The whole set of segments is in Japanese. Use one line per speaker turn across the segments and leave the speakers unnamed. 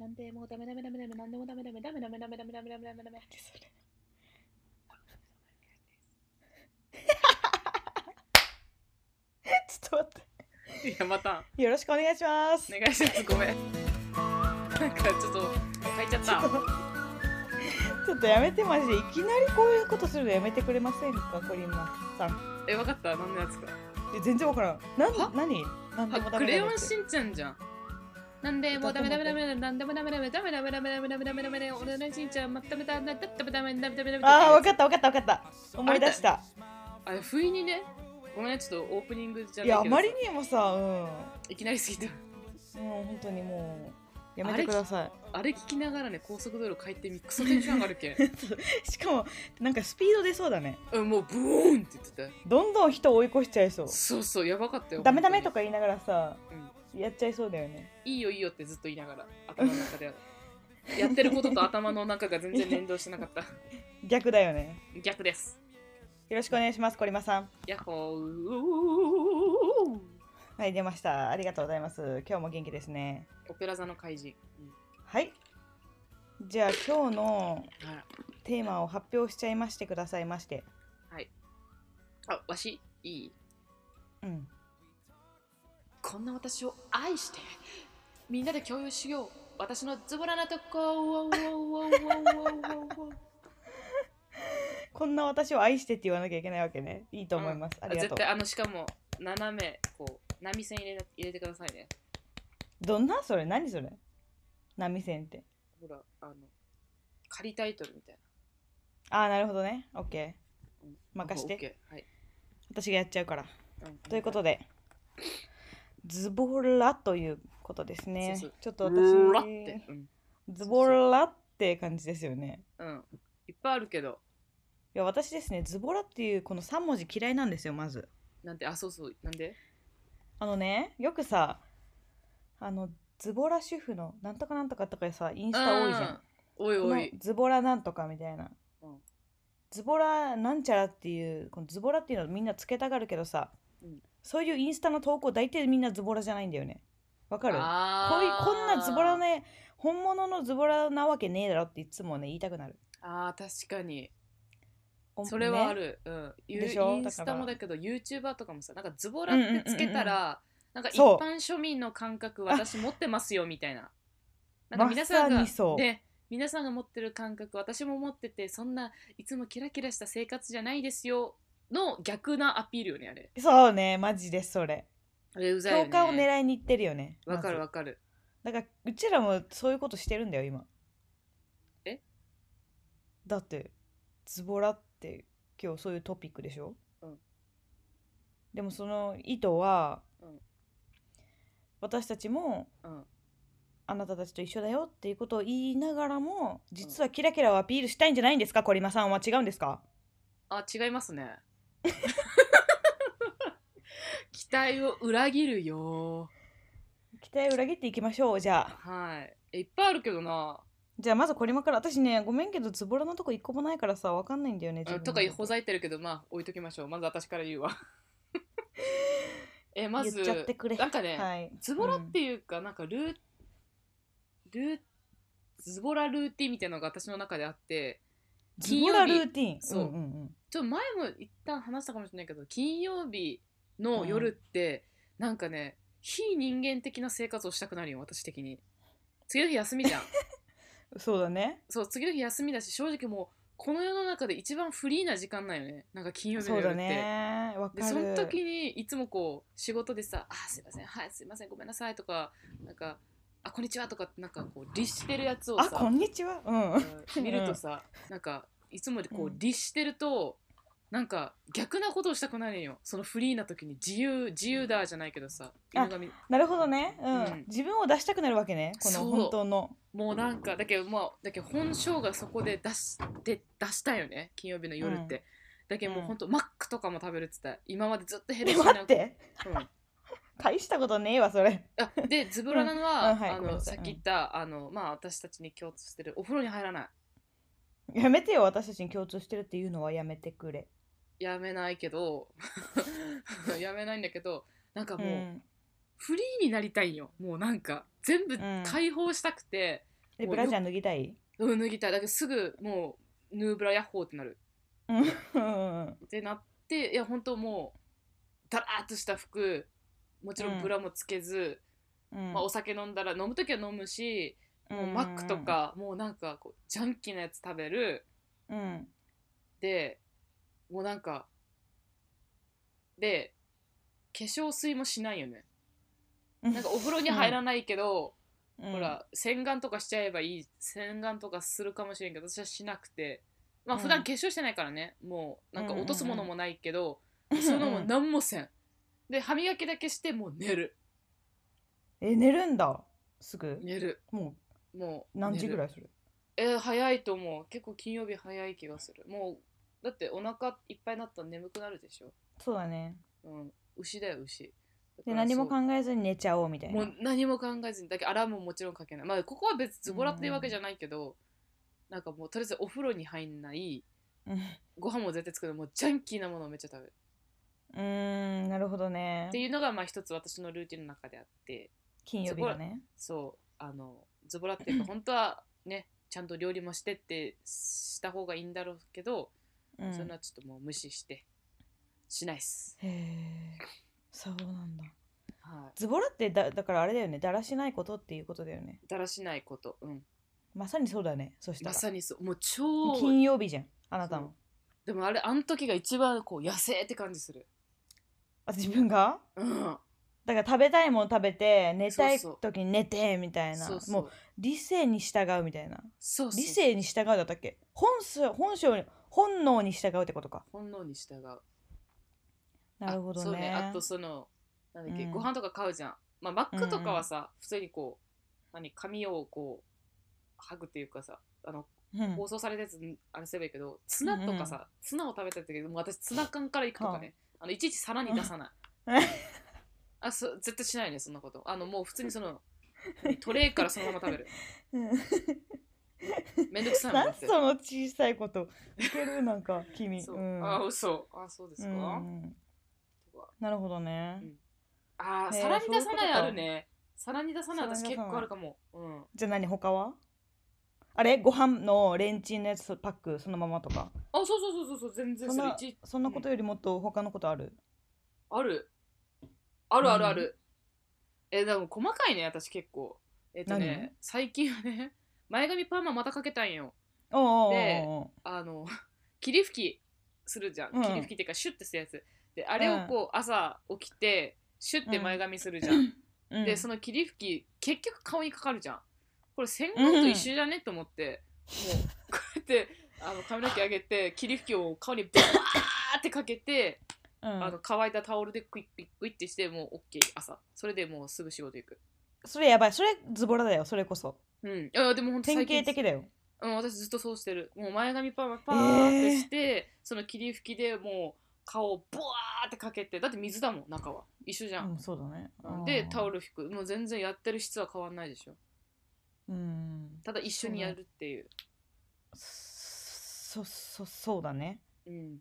なんでもうダメダメダメダメなんでもダメダメダメダメダメダメダメダメダメダメってそれ。ちょっと待っ
いやまた
て。よろしくお願いします。
お願いしますごめんなんかちょっと書いちゃった
ちょっとやめてマジでいきなりこういうことするのやめてくれませんかコリンマさん。
えわかった何のやつか
いや全然わからん。なん
は
何？なんでも
あ
ダ
ク
メ
レ
ダ
ヨ
メ
ン
って。
しんちゃんじゃんなんでもうダメダメダメダメなんでもダメダメダメダメダメダメダメダメダメダメ俺のしんちゃんまっためたなったったダメダメダメダメ
ああわかったわかったわかった。思い出した。
あ不意にねごめんちょっとオープニングじゃないいけ
や
ど
あまりにもさ、うん、も
いきなりすぎた
う本当にもうやめてください。
あれ聞きながらね高速道路帰ってみクソテンション上がるけん
しかもなんかスピード出そうだね。
うんもうブーンって言って
どんどん人を追い越しちゃいそう
た。そうそうやばかったよ
ダメダメと
か
か言いながらさ、やっちゃいそうだよね。
いいよいいよってずっと言いながら頭の中ではやってることと頭の中が全然連動してなかった
逆だよね。
逆です
よろしくお願いしますコリマさん。
ヤッホー
はい出ました。ありがとうございます。今日も元気ですね。
オペラ座の怪人、
はい。じゃあ今日の
うんはい
テーマを発表しちゃいましてくださいまして。
あわしいい
うん。
こんな私を愛してみんなで共有しよう私のズボラなとこ
こんな私を愛してって言わなきゃいけないわけね。いいと思います。ありがと
絶
う
対。あのしかも斜めこう波線入れな入れてくださいね
どんなそれ何それ波線って。
ほらあの仮タイトルみたい
ああ、なるほどね。オッケ
な、うん
ー。任し
オッ
て。
ケーはい
私がやっちゃうから。
うん
ということで、ズボラということですね。
そうそう
ちょっと
うらって
私、、
うん
ズボラって感じですよね。
うん、いっぱいあるけど
いや、私ですね、ズボラっていうこの3文字嫌いなんですよ、まず。
なんであそうそうなんで
あのね、よくさ、あの、ズボラ主婦のなんとかなんとかとかさ、インスタ多いじゃん。
うんおいお
の
い
ズボラなんとかみたいな、
うん
ズボラなんちゃらっていうこのズボラっていうのみんなつけたがるけどさ、
うん
そういうインスタの投稿大体みんなズボラじゃないんだよねわかるこ
あ
うい
ー
こんなズボラね本物のズボラなわけねえだろっていつもね言いたくなる
あー確かに
お
それはあ
ね
る、うんゆ
でしょ
インスタもだけど YouTuber とかもさなんかズボラってつけたら、なんか一
そう
般庶民の感覚
あ
私持ってますよみたいななんか皆さ
ま
んが
さにそう
で皆さんが持ってる感覚私も持っててそんないつもキラキラした生活じゃないですよの逆なアピールよねあれ
そうねマジでそれ
あれうざいよ
共
ね
感を狙いに行ってるよね
わかる
ま
わかる
ずだからうちらもそういうことしてるんだよ今
え
だってズボラって今日そういうトピックでしょ、
うん
でもその意図は、
うん
私たちも
うん
あなたたちと一緒だよっていうことを言いながらも実はキラキラをアピールしたいんじゃないんですかコリマさんは違うんですか
あ違いますね期待を裏切るよ
期待を裏切っていきましょうじゃあ
はいえいっぱいあるけどな
じゃあまずコリマから私ねごめんけどズボラのとこ一個もないからさわかんないんだよね
うんとかほざいてるけどまあ置いときましょうまず私から言うわ えま
ま
ず
ず言っちゃってくれ
なんかね、
はい、
ズボラっていうか、なんかルールーズボラルーティンみたいなのが私の中であって
ズ
金
ボ
曜
ラ
日
ルーティン
そうん
うん
ちょっと前も一旦話したかもしれないけど金曜日の夜って、なんかね非人間的な生活をしたくなるよ私的に次の日休み じゃん
うん、そうだね
そう次の日休みだし正直もうこの世の中で一番フリーな時間なんよねなんか金曜日の
そう
夜っ
だ
て、
ねわか
で
る
その時にいつもこう仕事でさ「あーすいませんはいすいませんごめんなさい」とか「なんかあこんにちは」とかってなんかこう律してるやつを
あ
さ
こんにちはうん
うん見るとさなんかいつもよりこ
う
うん律してると、なんか逆なことをしたくなるんよそのフリーな時に自由自由だじゃないけどさ
あ
犬神
なるほどね、うん
うん
自分を出したくなるわけねこの
そう
本当の
もうなんかだけどまあだけど本性がそこで出して出したよね金曜日の夜って、だけどもう
うん
ほんとマックとかも食べるっつった今までずっとヘル
え
シーな
待って
うん
大したことねえわそれ
あでズボラなの
うん
は、
うんはい
あ
ごめん
の
なさ
さ
い
っき言った、あのまあ私たちに共通してるお風呂に入らない
やめてよ私たちに共通してるっていうのはやめてくれ
やめないけど やめないんだけどなんかもう、
ん
フリーになりたいんよもうなんか全部
ん
解放したくて、
えブラジャー脱ぎたい
うん脱ぎたいだけどすぐもうヌーブラヤッホーってなる
うんうん
ってなっていや本当もうだらーっとした服もちろ
うんん
ブラもつけず、
うん
まあ、お酒飲んだら飲む時は飲むし、もうマックとか、もうなんかこうジャンキーなやつ食べる
うん
でもうなんかで化粧水もしないよね
うん
なんかお風呂に入らないけど、
うん
ほら洗顔とかしちゃえばいい洗顔とかするかもしれんけど私はしなくてまあ
うん
普段化粧してないからね、もうなんか落とすものもないけど、そのも
うん
何もせんで歯磨きだけしてもう寝る
え寝るんだすぐ
寝る
も
も
う
う
何時ぐ
い
らいする
えー早いと思う結構金曜日早い気がするもうだってお腹いっぱいになったら眠くなるでしょ
そうだね
うん牛だよ牛だ
で
から
何も
そう
考えずに寝ちゃおうみたい
も
な
う何も考えずにだけアラームももちろんかけないまあここは別にズボラっていうわけじゃないけど、なんかもうとりあえずお風呂に入んない
うん
ご飯も絶対作るもうジャンキーなものをめっちゃ食べる
うーんなるほどね
っていうのがまあ一つ私のルーティンの中であって
金曜日だね
そうあのズボラっていうか本当はねちゃんと料理もしてってした方がいいんだろうけど、
う
そん
ん
なちょっともう無視してしないっす、
へえそうなんだ
は
ズボラってだだからあれだよねだらしないことっていうことだよね
い、だらしないことうん
まさにそうだねそした
ま
ら
さにそうもう超
金曜日じゃんあなた
そう
も
でもあれあの時が一番こう野生って感じする
あ自分が
うん
だから食べたいもの食べて寝たい
そうそう
時に寝てみたいな
そうそう
もう理性に従うみたいな
そうそう
理性に従うだったっけ本性本性に本能に従うってことか
本能に従う
なるほ
あ
ど
そう
ね
ねあとそのなんだっけ、
うん
ご飯とか買うじゃんまあマックとかはさ、普通にこう何髪をこう剥ぐっていうかさあの
うん
放送されたやつあれすればいいけどツナとかさ、ツナを食べてたけどもう私ツナ缶からいくとかね、あのいちいち皿に出さない、
うん
あそう絶対しないねそんなことあのもう普通にそのトレイからそのまま食べ る
うん
めんどくさいもんだ
何
って
その小さいこと受けるなんか君
そう、
ん
あ嘘あそうですか、
うん
とか
なるほどね、
うんあー
ねえ
皿に出さない
そういうことか
あるね皿に出さない私
皿に出
結
さない
構あるかもうん
じゃあ何他はあれご飯のレンチンのやつパックそのままとか
あそうそうそうそうそう全然
そん
それ
ない
ちいち
そんなことよりもっと他のことある、
あるあるあるある、えでも細かいね私結構えっ、と
何
ね最近はね 前髪パーマまたかけたんよ
おうおうおうおう
であの 霧吹きするじゃん、
うん
霧吹きっていうかシュッてするやつであれをこう、朝起きてシュッて前髪するじゃん、
うん
でその霧吹き結局顔にかかるじゃんこれ洗顔と一緒じゃね、と思ってもうこうやってあの髪の毛上げて霧吹きを顔にバーってかけて
うん
あの乾いたタオルでクイックイックイッてしてもう OK 朝それでもうすぐ仕事行く
それやばいそれズボラだよそれこそ
うんいやでも本当
典
最近
型的だよ
うん私ずっとそうしてるもう前髪パーマパーってして、その霧吹きでもう顔をボワーってかけてだって水だもん中は一緒じゃ
うん
ん、
そうだね
うんでタオ
ル
ル拭くもう全然やってる質は変わんないでしょ
うん
ただ一緒にやるっていう
そそそうだね
うん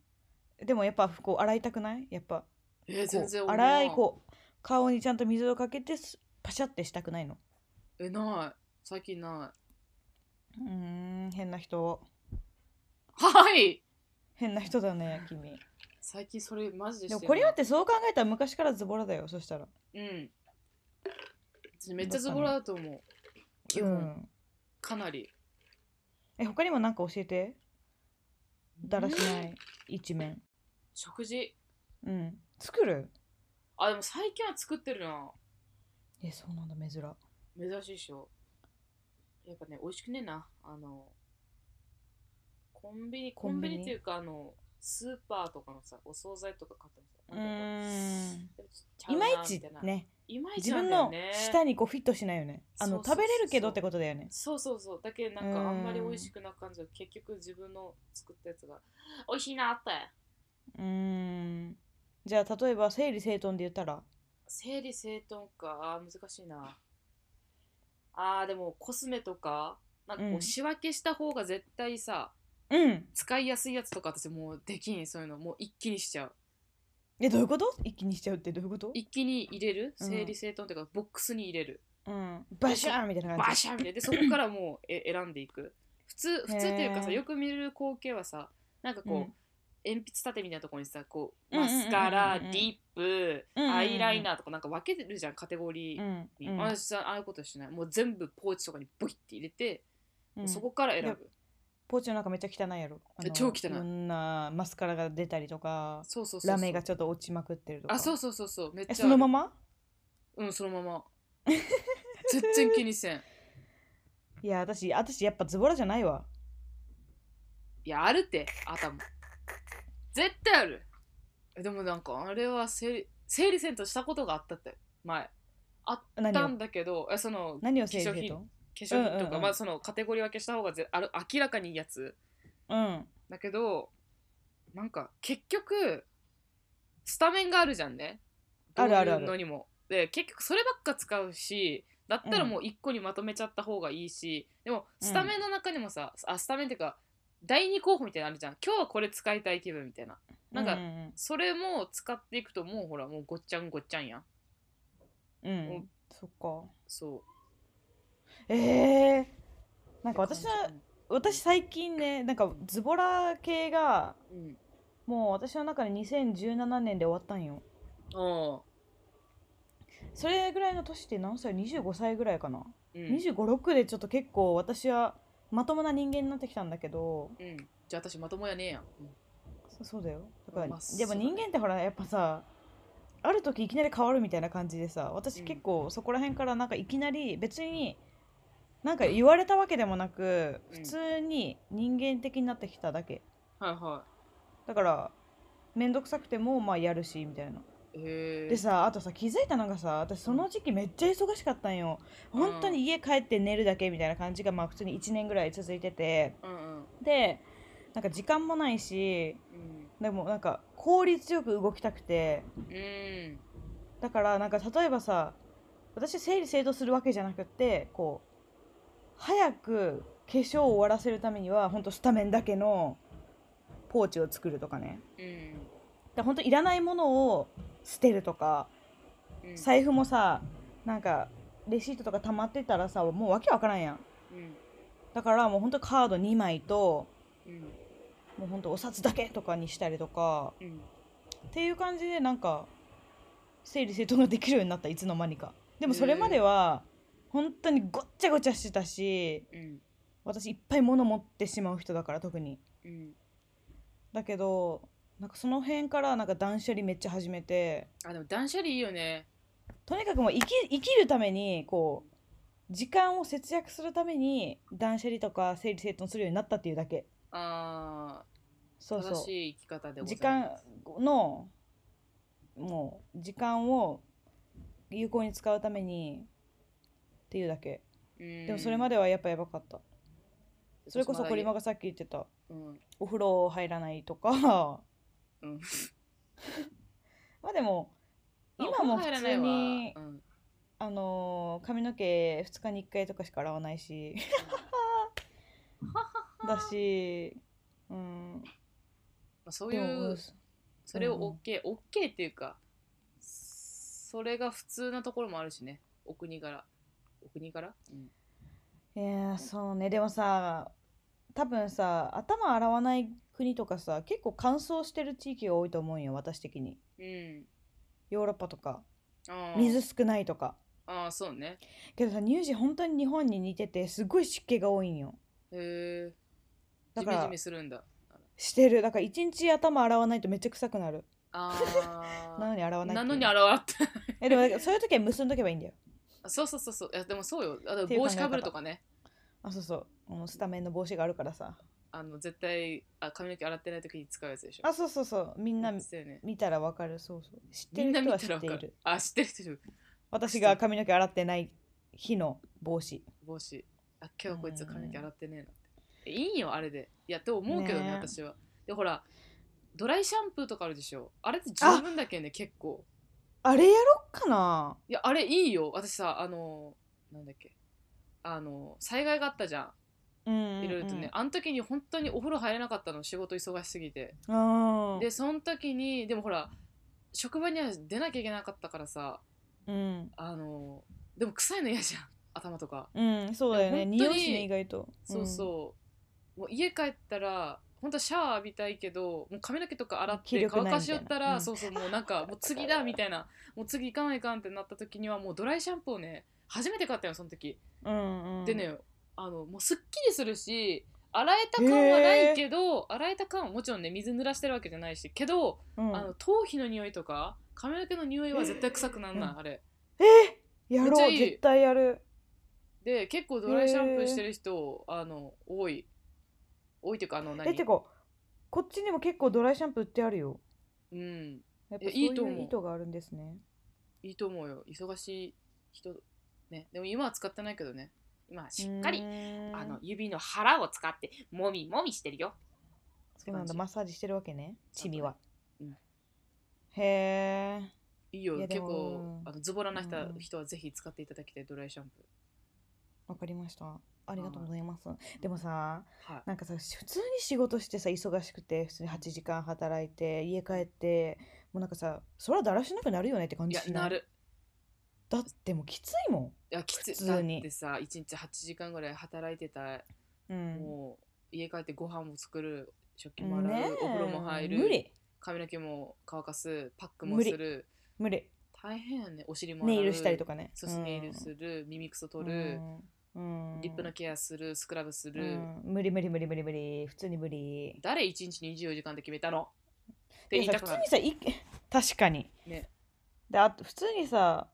でもやっぱこう洗いたくないやっぱ
えー、
こ
全然
う
思わん
洗いこう顔にちゃんと水をかけてすパシャってしたくないの
えない最近な
うーん変な人
いはい
変な人だね君
最近それマジでし
で
てな
も
い
これはってそう考えたら昔からズボラだよそしたら
うん私めっちゃズボラだと思う基
う
本、
ん
かなり
え他にも何か教えてだらしない一面
食事
うん作る
あでも最近は作ってるな
えそうなんだ珍
珍しいでしょやっぱね美味しくねえなあのコンビニコ
コン
ンビ
ビニ
ニっていうかあのスーパーとかのさお惣菜とか買ってもさ
う
なんか
ーん
こう
いまい
ち
ち
ゃうなみたな
ね
いまいち
自
なん
分
だよ
の
ね
舌にこうフィットしないよねあ
そ
の
うそうそう
食
そう
べれるけどってことだよね
そうそうそうだけどなんか
うん
あんまり美味しくな感じは結局自分の作ったやつが美味しいなって
うーんじゃあ例えば整理整頓で言ったら
整理整頓かあー難しいなあーでもコスメとかなんかこ
う
うん仕分けした方が絶対さ、
うん
使いやすいやつとか私もうできんそういうのもう一気にしちゃう
えどういうこと一気にしちゃうってどういうこと
一気に入れる
うん
整理整頓っていうか、ボックスに入れる
ううん、バシャーンみたいな
バ
感
シャーみたいなでそこからもうえ選んでいく普通普通っていうかさ
へー
よく見る光景はさなんかこう、
うん
鉛筆立てみたいなところにさこう
うん
マ
うんうんうんうん
スカラリップ、
うんうんうん
アイライナーとかなんか分けてるじゃんカテゴリ
じ。
ー
ん
に、私はああいうことしないもう全部ポーチとかにボイって入れて、
うん
そこから選ぶ
ポーチの中めっちゃ汚いやろ。あの
超汚い
ろんなマスカラが出たりとか、
そうそうそうそう
ラメがちょっと落ちまくってるとか。
あそうそうそうそうめっちゃ
え、そのま
ま
ま
うんそのま ま全然気にせん
いや、私、私やっぱズボラじゃないわ。
いやあるって頭絶対あるえでもなんかあれは整理整理せんとしたことがあったって前あっ
何
た
を
んだけどえその化
何を整理
化粧
整
品
頓
粧品
うん
とか、
うんうん
まあそのカテゴリー分けした方がぜある明らかにいいやつ
うん。
だけどなんか結局スタメンがあるじゃんね
あるあるある
どういうのにもで結局そればっか使うしだったらもう一個にまとめちゃった方がいいし、でもスタメンの中にもさ、あスタメンっていうか第二候補みたいなのあるじゃん今日はこれ使いたい気分みたいななんか
ううん
それも使っていくともうほらもうごっちゃんごっちゃんやん
うん、う
お
ん。そっか。
そ
ええー。
う
なんか私は、
って感
私最近ね、なんかズボラ系が、
じうん
もう私の中で2017年で終わったんよ。
ああ
それぐらいの年って何歳 ?25 歳ぐらいかな。
うん
2 5 6でちょっと結構私はまともな人間になってきたんだけど
うんじゃあ私まともやねえやん、うん
そそうだよだから、
まあ
でも
そうだね
人間ってほらやっぱさある時いきなり変わるみたいな感じでさ私
うん
結構そこら辺からなんかいきなり別になんか言われたわけでもなく
うん
普通に人間的になってきただけ
はいは
だから面倒くさくてもまあやるしみたいない
へえ
でさあとさ気づいたのがさ私その時期めっちゃ忙しかったんよ
うん
本当に家帰って寝るだけみたいな感じがまあ普通に1年ぐらい続いてて
うんうん
でなんか時間もないし
うん
でもなんか効率よく動きたくて
うん
だからなんか例えばさ私整理整頓するわけじゃなくてこう早く化粧を終わらせるためにはほんとスタメンだけのポーチを作るとかね
うん
だ本当いらないものを捨てるとか
うん
財布もさなんかレシートとか溜まってたらさもうわけわからんやん
うん
だからもうほんとカード2枚と
うん
もうほんとお札だけとかにしたりとか
うん
っていう感じでなんか整理整頓ができるようになったいつの間にかでもそれまでは本当にごっちゃごちゃしてたし
うん
私いっぱい物持ってしまう人だから特に
うん
だけどなんかその辺からなんか断捨離めっちゃ始めて
あでも断捨離いいよね
とにかくもう生き生きるためにこう時間を節約するために断捨離とか整理整頓するようになったっていうだけ
あ
そ
ー
う
正
そう
しい生き方でござ
時
いま
間
す
のもう時間を有効に使うためにっていうだけ
うん
でもそれまではやっぱやばかった、それこそ
私
コリマ
まだ
がさっき言ってた
うん
お風呂入らないとか
うん
まあでも今も普
入らな
通
いわ
に
うん
あのー髪の毛2日に1回とかしか洗わないし だしうん
まあそうい
でもう
うんそれ
うんう
を
ん
OK、OK っていうかそれが普通なところもあるしねお国柄お国柄、うん、
いやーそうねでもさ多分さ頭洗わない国とかさ結構乾燥してる地域が多いと思うんよ私的に
うん、
ヨーロッパとか
あー
水少ないとか
ああそうね
けどさ乳児本当に日本に似ててすごい湿気が多いんよ
へえ
だ
ジ
か
メ
ら
ジメするんだ
してるだから一日頭洗わないとめっちゃ臭 くなる
あ
なのに洗わ
あ
ない
なの
ってい
に
う
現れ
えでもだからそういう時は結んどけばいいんだよ
たそうそうそうそういやでもそうよあ
っ
の
ていう考
帽
え
子
方
かぶるとかね
あそうそうあのスタメンの帽子があるからさ
あの絶対あ髪の毛洗ってない時に使うやつでしょ
あそうそうそうみんな
そうよね
見たらわかるそうそう知って
みん
る
な
人は
見た
知
ら
っ
分
てい
か
る
るあ知ってる人いる
私が髪の毛洗ってない日の帽子
帽子あ今日はこいつ髪の毛洗ってねえなってえいいよあれでいやと思うけどね
ねえ
私はでほらドライシャンプーとかあるでしょあれって十分だけどね結構
あれやろっかない
やあれいいよ私さあのなんだっけあの災害があったじゃん
い
いろいろとね、あの時に本当にお風呂入れなかったの仕事忙しすぎて
うん
でその時にでもほら職場には出なきゃいけなかったからさ
うん
あのでも臭いの嫌じゃん 頭とか
うんそうだよね
いや
匂
本当に
いしね意外と
そうそう、もう家帰ったら本当はシャワー浴びたいけどもう髪の毛とか洗っ
気
て
力ないみた
乾
いな
かしよったら
うん
そうそうもうなんかもう次 だみたいなもう次行かないかんってなった時にはもうドライシャンプーをね初めて買ったよその時、
うん、うんうん、
でねあのもうすっきりするし洗えた感はないけど、洗えた感はもちろんね水濡らしてるわけじゃないしけど、
うん、
あの頭皮の匂いとか髪の毛の匂いは絶対臭くなんない、
うん
あれ
えや
めっちゃ
ろう
いい
絶対やる
で結構ドライシャンプーしてる人、あの多い多いっていうかあの何
えてかこっちにも結構ドライシャンプー売ってあるよ
うん
やっぱそ
い
う
や
い
いいと思う
う意図があるんですね
いいと思うよ忙しい人ねでも今は使ってないけどね今はしっかり
うーん
あの指の腹を使ってもみもみしてるよ
そうなんだマッサージしてるわけね
ちゃ
チ
んとね
ビは、
うん
へえ
いいよ
いやで
結
も
構
うん
あのズボラな人,、
うん
人はぜひ使っていただきたいドライシャンプ
わかりましたありがとうございますでもさ
ーはい
なんかさ普通に仕事してさ忙しくて普通に8時間働いて家帰ってもうなんかさそれはだらしなくなるよねって感
い
じ
や
しない
なる
だってもうきついも
いやきつい
普通に
だってさ1日8時間ぐらい働いてた、
ん、うん、
もう家帰ってご飯も作る食器も洗う、お風呂も入る
無理
髪の毛も乾かすパックもする
無理
大変やねお尻も洗う
ネイルしたりとかね
そうそうネイルする耳くそ取る、
うん、うん
リップのケアするスクラブする、
うん無理無理無理無理無理普通に無理
誰1日24時間で決めたのって
で
言い
さ
た
普
く
通
な
に
る
さい 確かに、
ね
であと普通にさ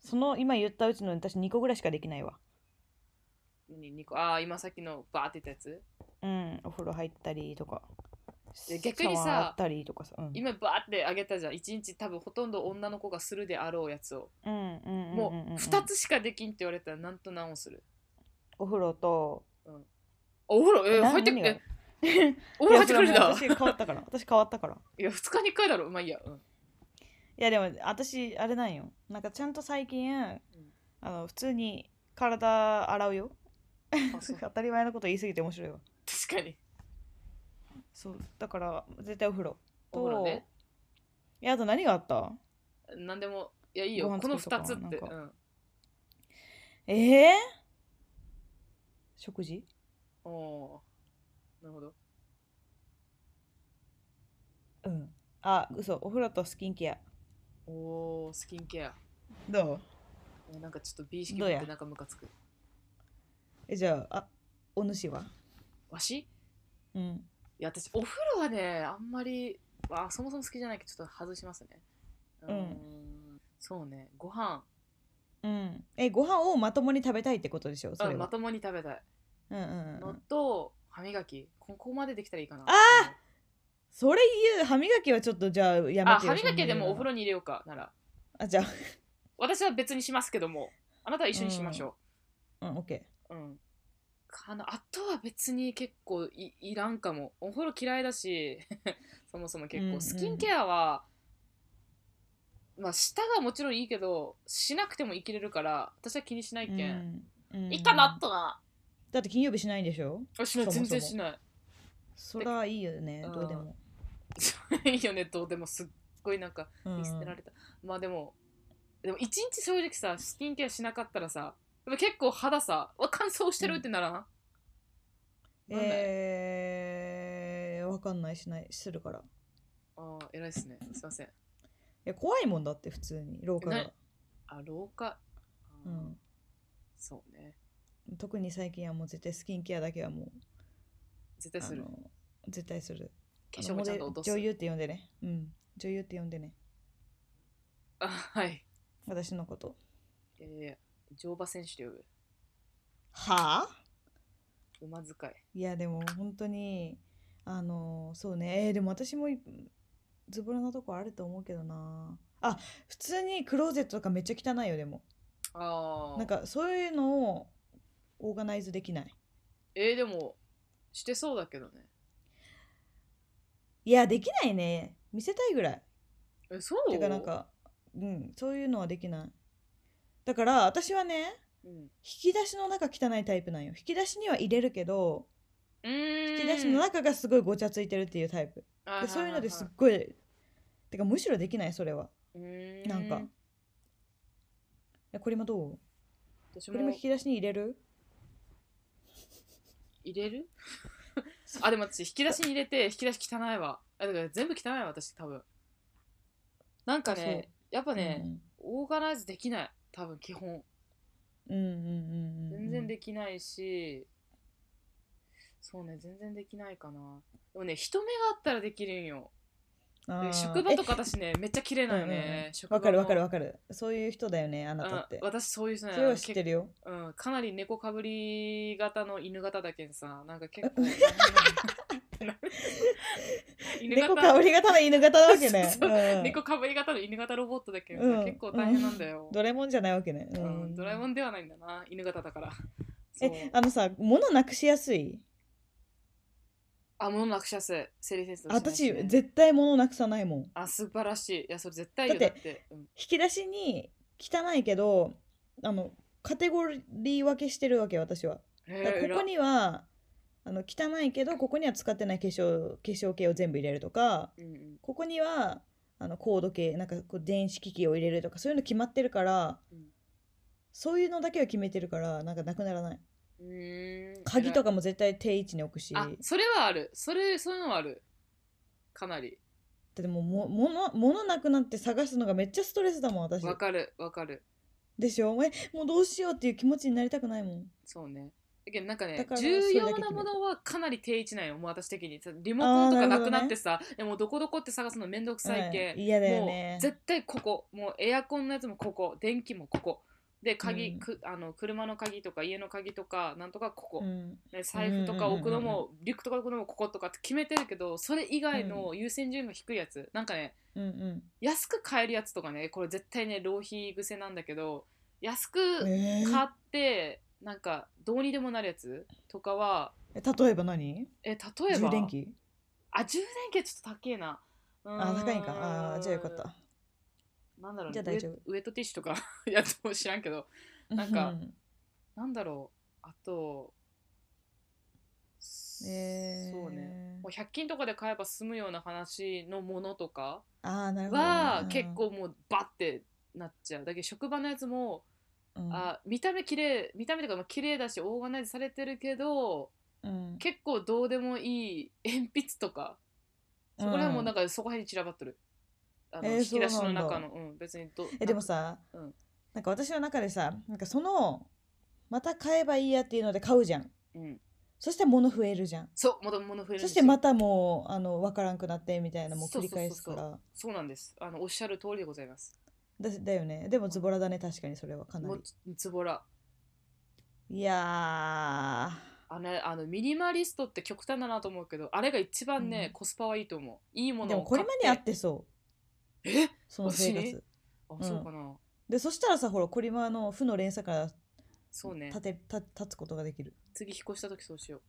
その今言ったうちの私2個ぐらいしかできないわ
何二個ああ今さっきのバーって言ったやつ
うんお風呂入ったりとか
で逆にさ
シャワー浴びたりとかさ、うん、
今バーってあげたじゃん1日多分ほとんど女の子がするであろうやつを
うんうんんんん
もう2つしかできんって言われたらなんと何をする
お風呂と
あお風呂え
な
入ってく
何が
えお風呂入ってくるん
いや
だ
私変わったから私変わったから
いや2日に1回だろまあいいや、うん、
いやでも私あれなんよなんかちゃんと最近、あの普通に体洗うよ
あそ う
当たり前のこと言いすぎて面白いわ
確かに
そうだから絶対お風呂と
お風呂ね
いやあと何があった
何でもいやいいよ
ご飯
この
作ると
2つ
か
って、
なんか
うん
ええ食事
おおーなるほど
うんあ嘘お風呂とスキンケア
おおスキンケア
どう
えなんかちょっと美意識
ど
持
う
っ
や
てなんかムカつく
えじゃああお主は
わしい
うん
や私お風呂はねあんまりあそもそも好きじゃないけどちょっと外しますねうーん
う
そうねご飯
うんえご飯をまともに食べたいってことでしょそれ
うんま
は
ともに食べたい
うんうんう
の
ん
と歯磨きここまでできたらいいかな
あそれ言う歯磨きはちょっとじゃあやめてよ
あ歯磨きはでもお
呂
風呂に入れようかなら
あじゃ
私は別にしますけどもあなたは一緒にしましょ
あうんオッケー
ううん、かなあとは別に結構いいらんかもお風呂嫌いだし そもそも結
うんう
構
ん
スキンケアは、まあ舌がもちろんいいけどしなくても生きれるから私は気にしないけん、
うん
いいかなとは
だって金曜日しないんでしょ
あしな
そ
い
もそも
全然しない
それはいいよね
うん
どうでも
いいよねどうでもすっごいなんか
うん
見捨てられた、まあでもでも一日正直さスキンケアしなかったらさやっぱ結構肌さわ乾燥してるってならん、なんだい
えーわかんないしないするからい
ああ偉いっすねすいません
や怖いもんだって普通に廊下
な
が
あ老化あー
うん
そうね
特に最近はもう絶対スキンケアだけはもう
絶対する
あの絶対する
化粧もちゃんと落とす
あのモデ女優って呼んでねうん女優って呼んでね
あはい
私のこと
ええ乗馬選手で呼ぶ
はあ
馬使い
いやでも本当にあのそうねえーでも私もいズボラなとこあると思うけどなあ普通にクローゼットとかめっちゃ汚いよでも
ああ
なんかそういうのをオーガナイズできない
えー、でもしてそうだけどね
いやできないね見せたいぐらい
えそう
てかなんかうんそういうのはできないだから私はね
うん
引き出しの中汚いタイプなんよ引き出しには入れるけど
うーん
引き出しの中がすごいごちゃついてるっていうタイプ
あ
で
ー
そういうのですっ
は
ごいてかむしろできないそれは
ははうー
なんかいやこれもどう
私
こ
も
れも引き出しに入れる
入 れるあでも私引き出しに入れて引き出し汚いわあだから全部汚いわ私多分なんかねやっぱね、オーガナイズできない多分基本
うんうんうんうんうん
全然できないし、そうね全然できないかなでもね人目があったらできるんよ
あ
で
ー
職場とか私ねめっちゃ綺麗
え
なよ
うんうんう
ね
ん
職場
わかるわかる
わ
わかるそういう人だよねあなたって
私そういう人な
それは知って
る、
るよ
うん、かなり猫かぶり型の犬型だけどさなんか結構 犬
猫かぶり型の犬型なわけね
そう
うん
猫かぶり型の犬型ロボットだけどさ、
うん
結構大変なんだよ、
ドラえもんじゃないわけねう
うんドラえも
ん
んではないんだな犬型だからそう
えあのさ物なくしやすい
あ物なくしやすい生理センス
私絶対物なくさないもん
あ素晴らしいいやそれ絶対よだ
だ
っ
ってて
うん
引き出しに汚いけどあのカテゴリー分けしてるわけ私は
へ
だから
ー
ここにはあの汚いけどここには使ってない化粧化粧系を全部入れるとか
偉うんうん
ここにはあのコード系なんかこう電子機器を入れるとかそういうの決まってるから、
うん
そういうのだけは決めてるからなんかなくならないう
ーん
鍵と
か
かも絶対定位置に置くしだ
あそれはあるそれそういうのはあるかなり
ってもうも物物なくなって探すのがめっちゃストレスだもん私
わかるわかる
でしょえもうどうしようっていう気持ちになりたくないもん
そうねだけどなんかね
だから
重
それ
要
だけ
な
決め
も
る
のはかなり定位置なんよもう私的にリモコンと
あ
か
ーな
な
るほど
く
ね
なってさでもどこどこって探すのめんどくさいけ、
うん嫌だよ
も
ね
う絶対ここもうエアコンのやつもここ電気もここで鍵、
うん
くあの車の鍵とか家の鍵とかなんとかここ、
うん
ね財布とか
うんうんうんうん
置くのもリュックとか置くのもこことかって決めてるけどそれ以外の優先順位が低いやつ、なんかね
うんうん
安く買えるやつとかねこれ絶対ね浪費癖なんだけど安く
えー
買って、なんかどうにでもなるやつとかは
例えば何
え例えば
充電器
あ充電器はちょっと高えな
あ
うーん
高いんかあーじゃあよかった
なんだろう、ね、
じゃあ大丈夫
ウェウェットティッシュとか やっても知らんけどなんか
うん
なんだろうあと、
えー
そうねもう100均とかで買えば済むような話のものとか
ああなるほどね
は結構もうバッてなっちゃうだけど職場のやつも、
うん
あ見た目綺麗見た目とかまあ綺麗だしオーガナイズされてるけど
うん
結構どうでもいい鉛筆とかそこら辺もなんかそこら辺に散らばっとる、あの
えー
引き出しの
そう
中
なんだ
のうん別にど
えでもさ
うん
なんか私の中でさなんかそのまた買えばいいやっていうので買うじゃん
うん
そして物増えるじゃん
そうもともの増えるん
そし
です
て
よ
またもうあの分からんくなってみたいなもう繰り返すか
そう
ら
そうなんですあのおっしゃる通りでございます
だだよねでもズボラだね確かにそれはかな
も
り
うズボラ
いや
あのあのミニマリストって極端だなと思うけどあれが一番ね、
うん
コスパはいいと思ういいも
ーで
の
も
を
これ
買って
まであってそう
え
その生
欲しい
活
あ、
ん
そうかな
でそしたらさほらコリマの負の連鎖から
そうね
立て立立つことができる
次引っ越した時そうしよ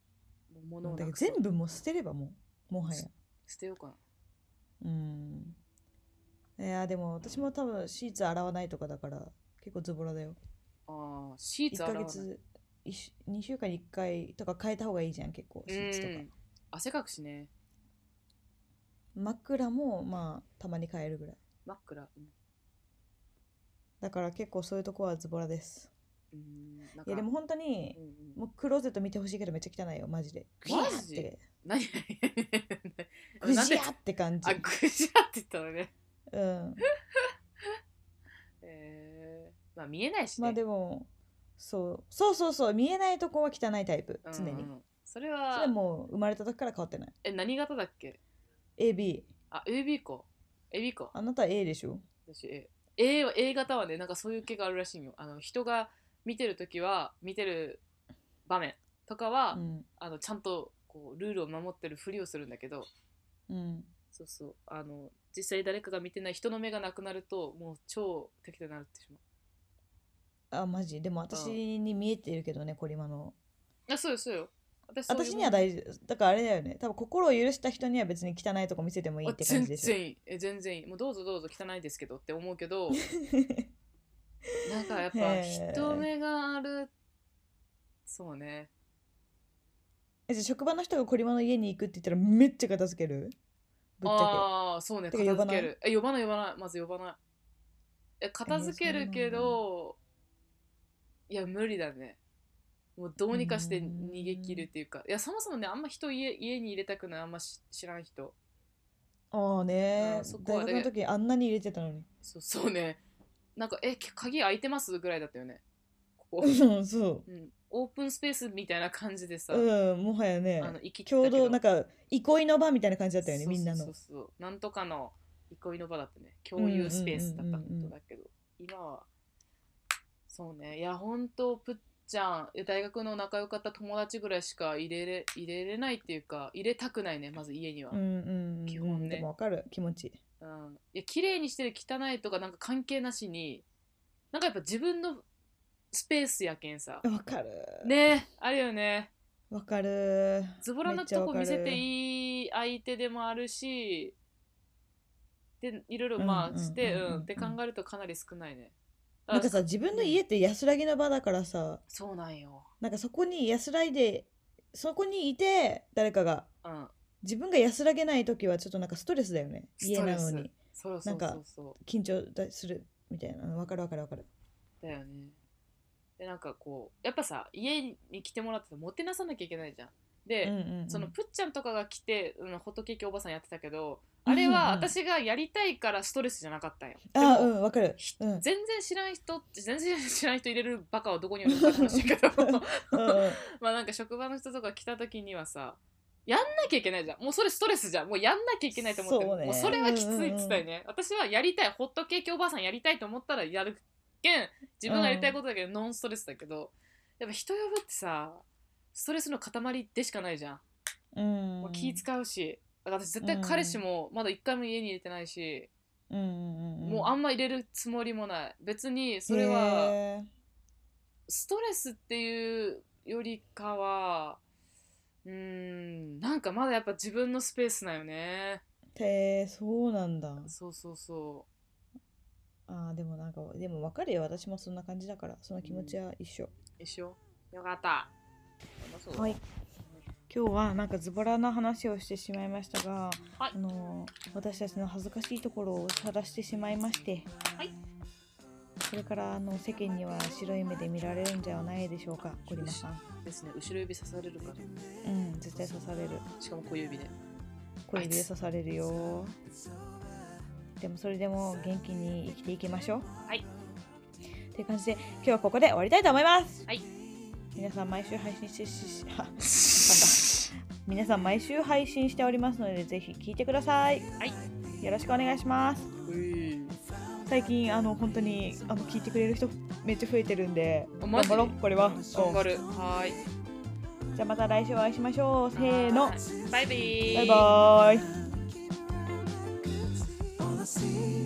うもう
だ
物を
け
な
ど
くそう
全部もう捨てればもうもはや
捨てようかな
うんいやーでも私も多分シーツ洗わないとかだから結構ズボラだよ
あーシー
1
ツ洗
ヶ
わない
月一2週間に1回とか変えた方がいいじゃん結構シーツと
う
か
ん汗かくしね
枕もまあたまに変えるぐらい
枕うん
だから結構そういうとこはズボラです
うんなんか
いやでも本当に
うんうん
もうクローゼット見てほしいけどめっちゃ汚いよマジで
マ
っ
ジ
て
何
ぐ
な
じ
んで
ゃって感じ
あぐじゃって言ったのね
うん
えー、まあ見えないしね
まあでもそうそうそうそう見えないとこは汚いタイプ常
うんう
に、
んそれ
そ
は
れはもう生まれた時から変わってない
え何型だっけ
AB
あ AB か AB か
あなたは A でしょ
私 A A は A 型はねなんかそういう系があるらしいんよあの人が見てる時は見てる場面とかは、
うん
あのちゃんとこうルールを守ってるふりをするんだけど
うん
そうそうあの実際誰かが見てない人の目がなくなるともう超適当になってしま
あマジでも私に見えてるけどねコリマの
うあそうよそうよ私そういうもん
私には大事だからあれだよね多分心を許した人には別に汚いとこ見せてもいいって感じで
あ
しょ
全然いいえ全然いいもうどうぞどうぞ汚いですけどって思うけ どなんかやっぱ
へー
人目があるそうね
えじゃあ職場の人がコリマの家に行くって言ったらめっちゃ片付けるぶっちゃ
ああそうね
てか
片
呼ば
付
ない
けるえ呼ばない呼ばないまず呼ばないえ片付けるけどいや無理だねもうどうにかして
うーん
逃げ切るっていうかいやそもそもねあんま人家家に入れたくないあんまし知らん人
ああね
うんそこ
大
はね
学の時あんなに入れてたのに
そうそうねなんか「え鍵開いてます?」ぐらいだったよねここ、
うん そ
うん、オープンスペースみたいな感じでさ、
ううんもはやね
あの行き来
共同なん
か
か憩いの場みたいな感じだったよねみんな
そう
の
そうそうなんとかの憩いの場だったね共有スペースだったことだけど、今はそうねいやほんとぷっちゃんいや大学の仲良かった友達ぐらいしか入れれ入れれないっていうか入れたくないねまず家には、
うんうんうん
基本ね
でもわかる気持ち
うんいや綺麗にしてる汚いとかなんか関係なしになんかやっぱ自分のスペースやけんさ
わかる
ねあるよね
わかる
ズボラなとこ見せていい相手でもあるしでいろいろま
うん
あ
うん
して
うんうん
う
うん
んって考えるとかなり少ないね
なんかさ自分の家って安らぎの場だからさ
そうなんよ
なんかそこに安らいでそこにいて誰かが
うん
自分が安らげない時はちょっとなんかストレスだよね
ス
家
ト
な
レス
のに
そうそうそうそ
緊張だするみたいなうんわかるわかるわかる
うだよねでなんかこうやっぱさ家に来てもらってさもてなさなきゃいけないじゃんで、
うんうんうん
そのぷっちゃんとかが来て、うん、仏教おばさんやってたけどあれは
うんうん
私がやりたいからストレスじゃなかったんよ。で
あう
も
んわかる
ひ
うん
全然知らん人って全然知らん人入れるバカはどこにいるかって話だけど
うんうん
まあなんか職場の人とか来た時にはさやんなきゃいけないじゃんもうそれストレスじゃんもうやんなきゃいけないと思って
そ
も
うね
うそれはきついっつったよね、私はやりたいホットケーキおばあさんやりたいと思ったらやるけん自分がやりたいことだけどノンストレスだけどやっぱ人呼ぶってさストレスの塊でしかないじゃん
うん
もう 気使うし、だから私絶対彼氏もまだ一回も家に入れてないし、
うんうんうん
もうあ
ん
んま入れるつもりもない別にそれは
へー
ストレスっていうよりかはうーんなんかまだやっぱ自分のスペースなんよね
へーそうなんだ
そうそうそ
あーでもなんかでもわかるよ私もそんな感じだからその気持ちは一緒
う一緒よかった
はい今日はなんかズボラな話をしてしまいましたが、
はい
あの私たちの恥ずかしいところを晒してしまいまして、
はい
それからあの世間には白い目で見られるんじゃないでしょうかゴリマさん、
ですね後ろ指刺されるから
うん、絶対刺される
しかも小指で
小指で刺されるよでもそれでも元気に生きていきましょう
はい
っていう感じで今日はここで終わりたいと思います
はい
皆さん毎週配信してし しあ皆さん毎週配信しておりますのでぜひ聞いてください、
はい、
よろしくお願いします
うい
最近あの本当にあの聞いてくれる人めっちゃ増えてるんで
あ
頑
マジ
張ろうこれは
頑張るはーい
うんじゃあまた来週お会いしましょうせーの
バイビー
バイバーイ
All I see